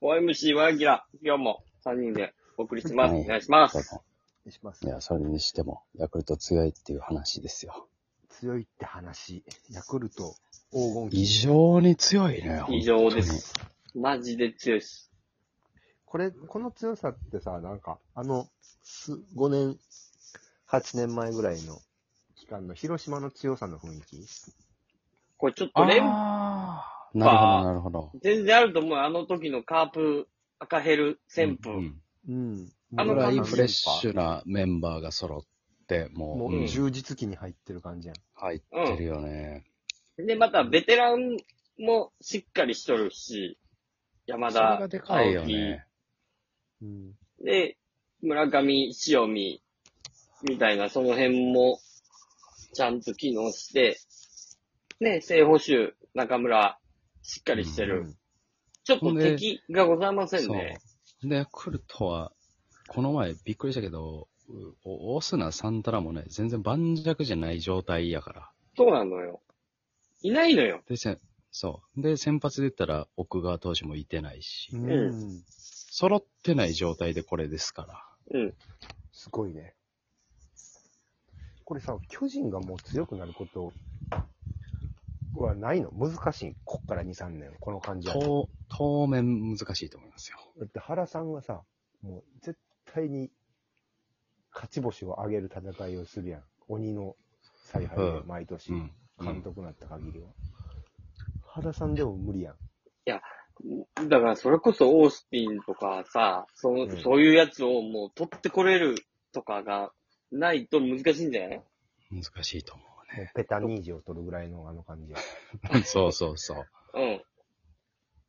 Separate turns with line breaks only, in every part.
OMC、ワラキラ、今日も3人でお送りしてます。
はい
お願いしま
そう
す。
お願いします
い。や、それにしても、ヤクルト強いっていう話ですよ。
強いって話。ヤクルト黄金期。
異常に強いね。
以上です。マジで強いです。
これ、この強さってさ、なんか、あの、す5年、8年前ぐらいの期間の広島の強さの雰囲気。
これちょっと
本当に。
連
あーなるほど、なるほど。
全然あると思うよ。あの時のカープ、赤ヘル、旋風。
うん
うん。
あの
ぐらい
感じ
フレッシュなメンバーが揃って、も
も
う、うん
う充実期に入ってる感じやん。
入ってるよね。
で、またベテランもしっかりしとるし、山
それ
田、
がでかいよね。
うん。
青木で、村上、塩見、みたいな、その辺も、ちゃんと機能して、ね、正捕手、中村、しっかりしてる。
うん
ちょっと敵がございませんね。
そう。で、ヤクルトは、この前びっくりしたけど、うオスナ、サンタラもね、全然盤石じゃない状態やから。
そうなのよ。いないのよ。
で、せんそう。で、先発で言ったら奥川投手もいてないし、
うん。
揃ってない状態でこれですから。
うん。
すごいね。これさ、巨人がもう強くなることはないの難しい。こっから2、3年。この感じやと
当、当面難しいと思いますよ。
だって原さんはさ、もう絶対に勝ち星を上げる戦いをするやん。鬼の采配で
うん
毎年
うん、
監督になった限りは。原さんでも無理やん。
だから、それこそオースティンとかさ、その、
うん
そういうやつをもう取ってこれるとかがないと難しいんじゃない
難しいと思う
もうペタニージを取るぐらいのあの感じやん。
ね。 そうそうそう。
うん。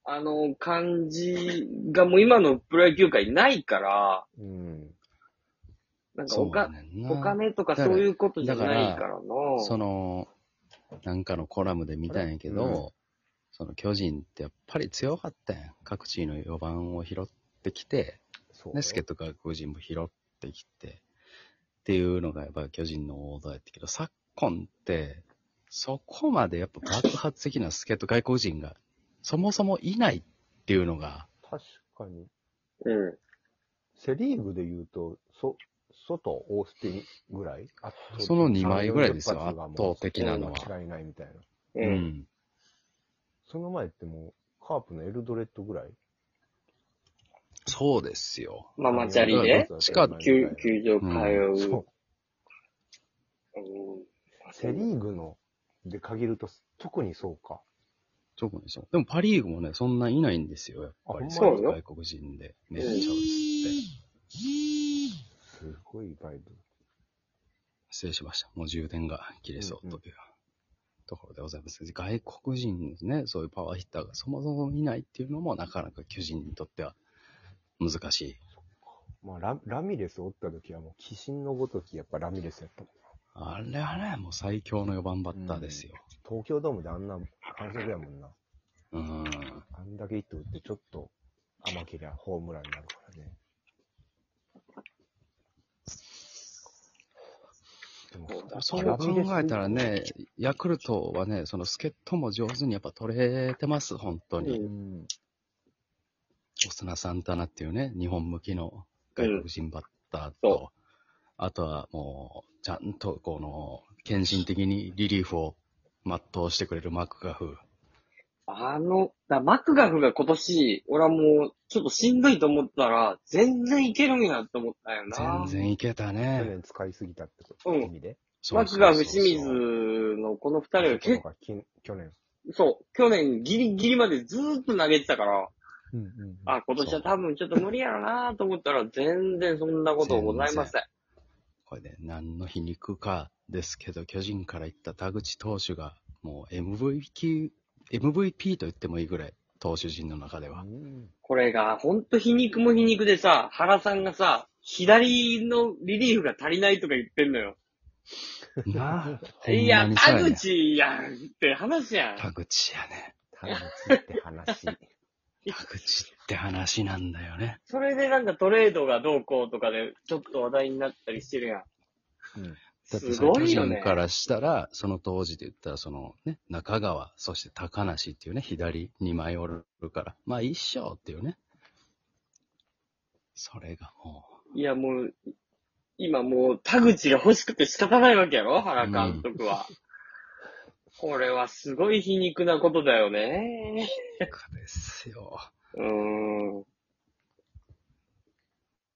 あの感じがもう今のプロ野球界ないから、
うん。
なんか
そ
お
うだ
か、
ねん
お
な。
金とか
だ
そ
から
ういうことじゃない
だ
か
から
な。
その、なんかのコラムで見たんやけど、
うん
その巨人ってやっぱり強かったやん。各チームの4番を拾ってきて、
そう。
で、助っ人外人も拾ってきて、っていうのがやっぱ巨人の王道やったけど、昨今って、そこまでやっぱ爆発的な助っ人外国人が、そもそもいないっていうのが、
確かに。
うん。
セリーグで言うと、そ、外、オースティンぐらい圧倒的に
その2枚ぐらいですよ
30
圧倒的なのは
発がもう間違いないみたいな。
うん。うん。
その前ってもう、カープのエルドレッドぐらい
そうですよ。
ママチャリで、
しか
球、球場通う。
そう。
うん
セリーグので限ると、特にそうか。
特にそう。でもパリーグもね、そんないないんですよ、やっぱり。
あ
ほんまに
外国人で、めっちゃ映って。
すごいバイブ。
失礼しました。もう充電が切れそうというところでございます。外国人ですね、そういうパワーヒッターがそもそもいないっていうのも、なかなか巨人にとっては難しい。
まあ、ララミレスおった時はもう、鬼神のごとき、やっぱラミレスやったもん。
あれあれ、もう最強の4番バッターですよ。
東京ドームであんな反則やもんな。
うん。
あんだけヒット打って、ちょっと甘けりゃホームランになるからね。でも
そう考えたら、ね、ヤクルトはね、その助っ人も上手にやっぱ取れてます、本当
ラミレス
に。
にうん。
オスナ・サンタナっていうね、日本向きの外国人バッターと、あとはもう、ちゃんとこの、献身的にリリーフを全うしてくれるマクガフ。
あの、だマクガフが今年、俺はもう、ちょっとしんどいと思ったら、全然いけるんやと思ったよな。
全然いけた
去
ね。
年使いすぎたってこと、
うん
意味で。
そう
マ
そ
ク
うそ
ガフ、
う
清水のこの二人は
そう
結
か近去年。
そう、去年ギリギリまでずーっと投げてたから、
うんうん
あ、今年は多分ちょっと無理やろなと思ったら、全然そんなことございません。
これで何の皮肉かですけど、巨人から行った田口投手が、もう MVP、MVP と言ってもいいぐらい、投手陣の中では。
うん
これが、ほんと皮肉も皮肉でさ、原さんがさ、左のリリーフが足りないとか言ってんのよ。
なあ、
いや
ほんま、
田
にそうやね
口やんって話やん。
田口やね。
田口って話。
田口って話なんだよね。
それでなんかトレードがどうこうとかで、ちょっと話題になったりしてるやん。
うん。
だって
す
さ
ごいよね
巨人。からしたら、その当時で言ったら、そのね、中川、そして高梨っていうね、左2枚おるから、まあ一緒っていうね、それがも
いや、もう、今もう、田口が欲しくて仕方ないわけやろ原監督は。これはすごい皮肉なことだよね。
う、かですよ。
うーん。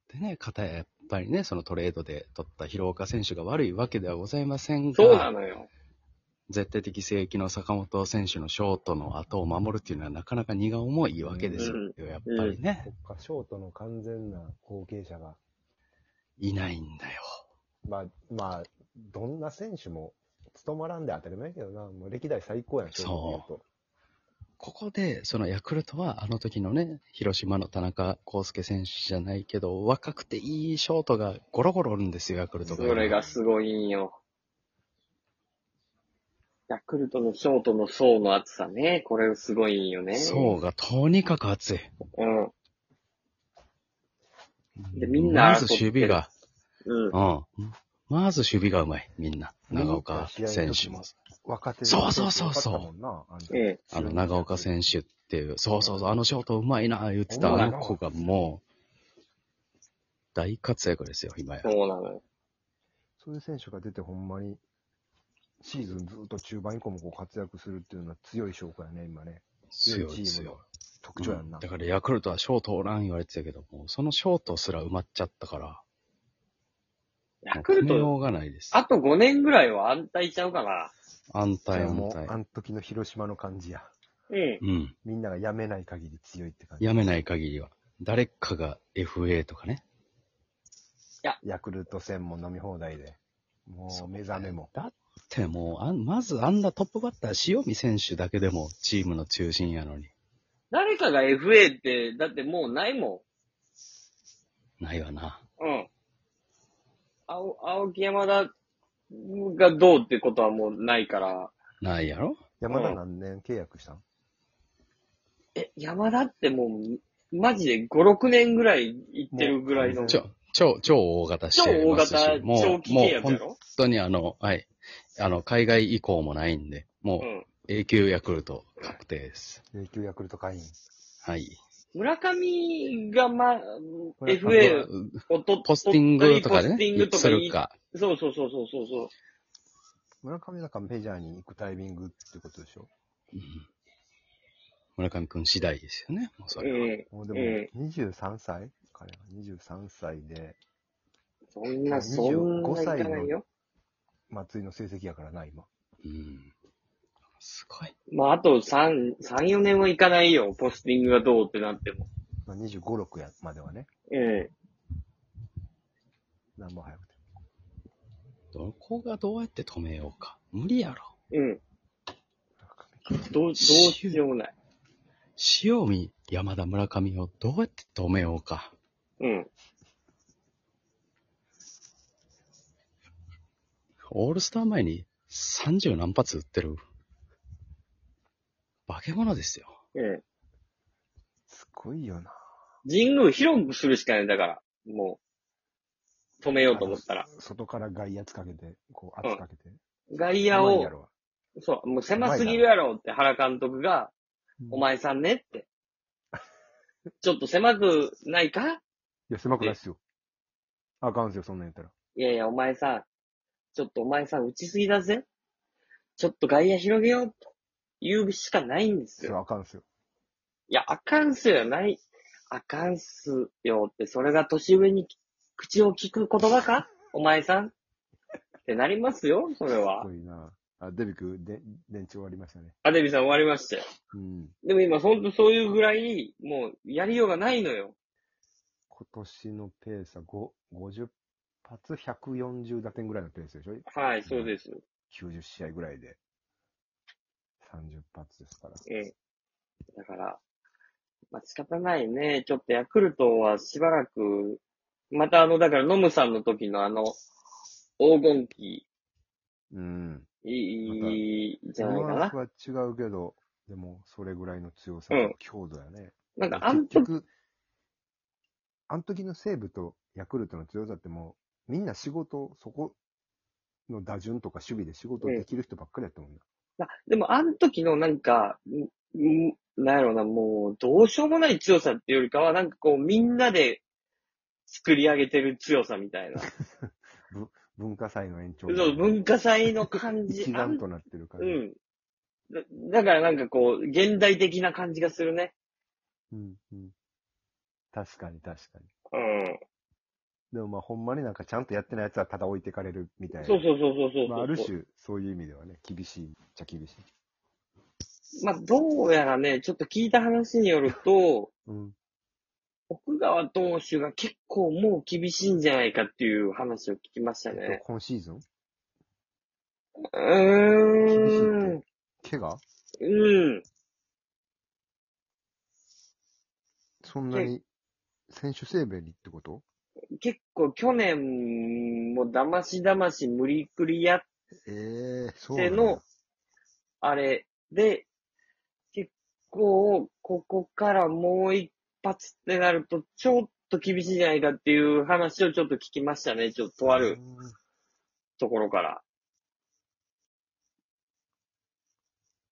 でね、片ややっぱりね、そのトレードで取った広岡選手が悪いわけではございません
そうな
が、
のよ。
絶対的正規の坂本選手のショートの後を守るっていうのはなかなか荷が重いわけですよ、やっぱりね。
そっか、ショートの完全な後継者が。
いないんだよ。
まあ、まあ、どんな選手も務まらんで当たり前やけどな。もう歴代最高やん、
そここで、そのヤクルトは、あの時のね、広島の田中康介選手じゃないけど、若くていいショートがゴロゴロおるんですよ、ヤクルト
そ
が。
れがすごいんよ。ヤクルトのショートの層の厚さね。これすごいんよね。
そうが、とにかく熱い。
う。うん。でみんな
まず守備が、
うん。
うん。まず守備がうまい、みんな。長岡選手も。
若手
そうそうそうそう
若手もんなあんた
ええ。
あの、長岡選手っていう、そうそうそう、あのショートうまいな、言ってた
うま
あ
いな
の子がもう、大活躍ですよ、今や
そ。うなのよ。
そういう選手が出てほんまに、シーズンずっと中盤以降もこう活躍するっていうのは強い証拠やね、今ね。
強い
強
です
いチーム
よ
の。特徴やんな。
だからヤクルトはショートおらん言われてたけども、そのショートすら埋まっちゃったから、
ヤクル
もう止
ト、
めようがないです。
あと5年ぐらいは安泰ちゃうかな。
安泰安
もう、あ
泰。
ん時の広島の感じや。
うん。
うん。
みんながやめない限り強いって感じ。
やめない限りは。誰かが FA とかね。
ヤクルト戦も飲み放題で。も
そう
う目覚めも。
だってもうあん、まずあんなトップバッター、塩見選手だけでもチームの中心やのに。
誰かが FA って、だってもうないも
ないわな。
ん。うん。青、青木山田がどうってことはもうないから。
ないやろ
山田何年契約したん
え、山田ってもう、マジで5、6年ぐらい行ってるぐらいの。
もう
ち
超
ょ、超、超大型して
大
ますし
型、
も
長
う、
期
も
契
う
約や
本
ろ
当にあの、はい。あの、海外移行もないんで、も
う。
うん永久ヤクルト確定です。
永久ヤクルト会員。
はい。
村上がま、
上
FA をと
ポスティングとか
ポ
ね
スティング、と
す
かい
る
い
か。
そうそうそうそうそうそう。
村上だからメジャーに行くタイミングってことでしょ
うん村上くん次第ですよね、もうそれは。
うん。
もうで
え
も、23歳彼は23歳で、
そんな、そんな
25
いか
歳の
ないよ。
松井の成績やからな、今。
うん。すごい。
まあ、あと3、3、4年はいかないよ。ポスティングがどうってなっても。
まあ、25、6やまではね。
ええ。
何も早くて。
どこがどうやって止めようか。無理やろ。
うん。
村
ど
上
う、どうしようもない。
塩見、山田、村上をどうやって止めようか。
うん。
オールスター前に30何発打ってる。化け物ですよ。
ええ。
すごいよな。
神宮広くするしかない。だから、もう、止めようと思ったら。
外から外圧かけて、こう圧かけて。
外
い
野を、
やろ
そう、もう狭すぎるやろって原監督が、お。前さんねって。 ちょっと狭くないか
いや、狭くないっすよ。あかんっすよ、そんなんやったら。
いやいや、お前さ、ちょっとお前さん打ちすぎだぜ。ちょっと外野広げようと言うしかないんです
それ
よ。
あかんっすよ。
いや、あかんすよ、ない。あかんすよって、それが年上に口を聞く言葉かお前さんってなりますよ、それ
す
は
ご。いな。あ、デビ君、で、電池終わりましたね。
アデビさん終わりましたよ。
うん。
でも今、ほんとそういうぐらい、もう、やりようがないのよ。
今年のペースは5、50発140打点ぐらいのペースでしょ
はい、そうです。
?90 試合ぐらいで。30発ですから。
ええ。だから、まあ、仕方ないね。ちょっとヤクルトはしばらく、またあの、だからノムさんの時のあの、黄金期、
うん。
いい、いいじ
ニ
ゃない
ュ
か
アン
な
ス。は違うけど、でも、それぐらいの強さ
うん、
強度やね。
なんか、あん
結
と、
局、あの時の西武とヤクルトの強さってもう、みんな仕事、そこの打順とか守備で仕事できる人ばっかりやったもんな。
なでもあの時のなんか、んんなんやろうな、もう、どうしようもない強さっていうよりかは、なんかこう、みんなで、作り上げてる強さみたいな。
文化祭の延長。
そう、文化祭の感 じ。
一段となってる
あ
感
んう
じ。
ん。だだからなんかこう、現代的な感じがするね。
うん。うん。確かに確かに。
うん。
でもまあほんまになんかちゃんとやってないやつはただ置いてかれるみたいな。
そうそうそうそうそうそう。
まあある種そういう意味ではね、厳しいっちゃ厳しい。
まあ、どうやらね、ちょっと聞いた話によると、
うん。
奥川投手が結構もう厳しいんじゃないかっていう話を聞きました
えっ
ね
と。今シーズン
うーん。
怪我
うん。
そんなに選手生命にってこと
結構去年もだましだまし無理くりやっ
ええそう
て
なんだ
の、あれで、結構ここからもう一発ってなるとちょっと厳しいんじゃないかっていう話をちょっと聞きましたね。ちょっととある
うん
ところから。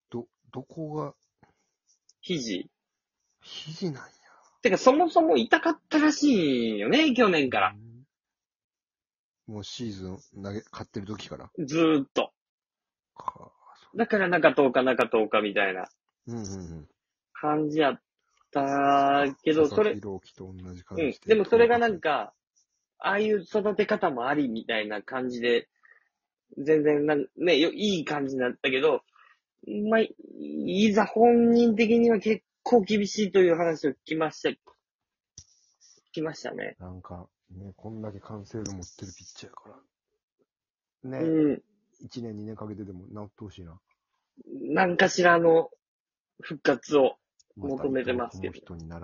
ど、どこが、
肘。
肘なんや。
てかそもそも痛かったらしいよね、去年から。
うんもうシーズン投げ、勝ってる時から。
ずーっと。
か
だから中10日、中10日みたいな
うんうんうん。
感じやったけど、それ、
佐々木朗希と同じ感
う
じ
ん。でもそれがなん
か、
か、ああいう育て方もありみたいな感じで、全然なん、ね、よいい感じになったけど、まあ、いいざ本人的には結構厳しいという話を聞きました。聞きましたね。
なんか、ね、こんだけ完成度持ってるピッチャーやから。ね、
うん。
一年二年かけてでも治ってほしいな。
なんかしらの復活を。求めてますけど
この人になら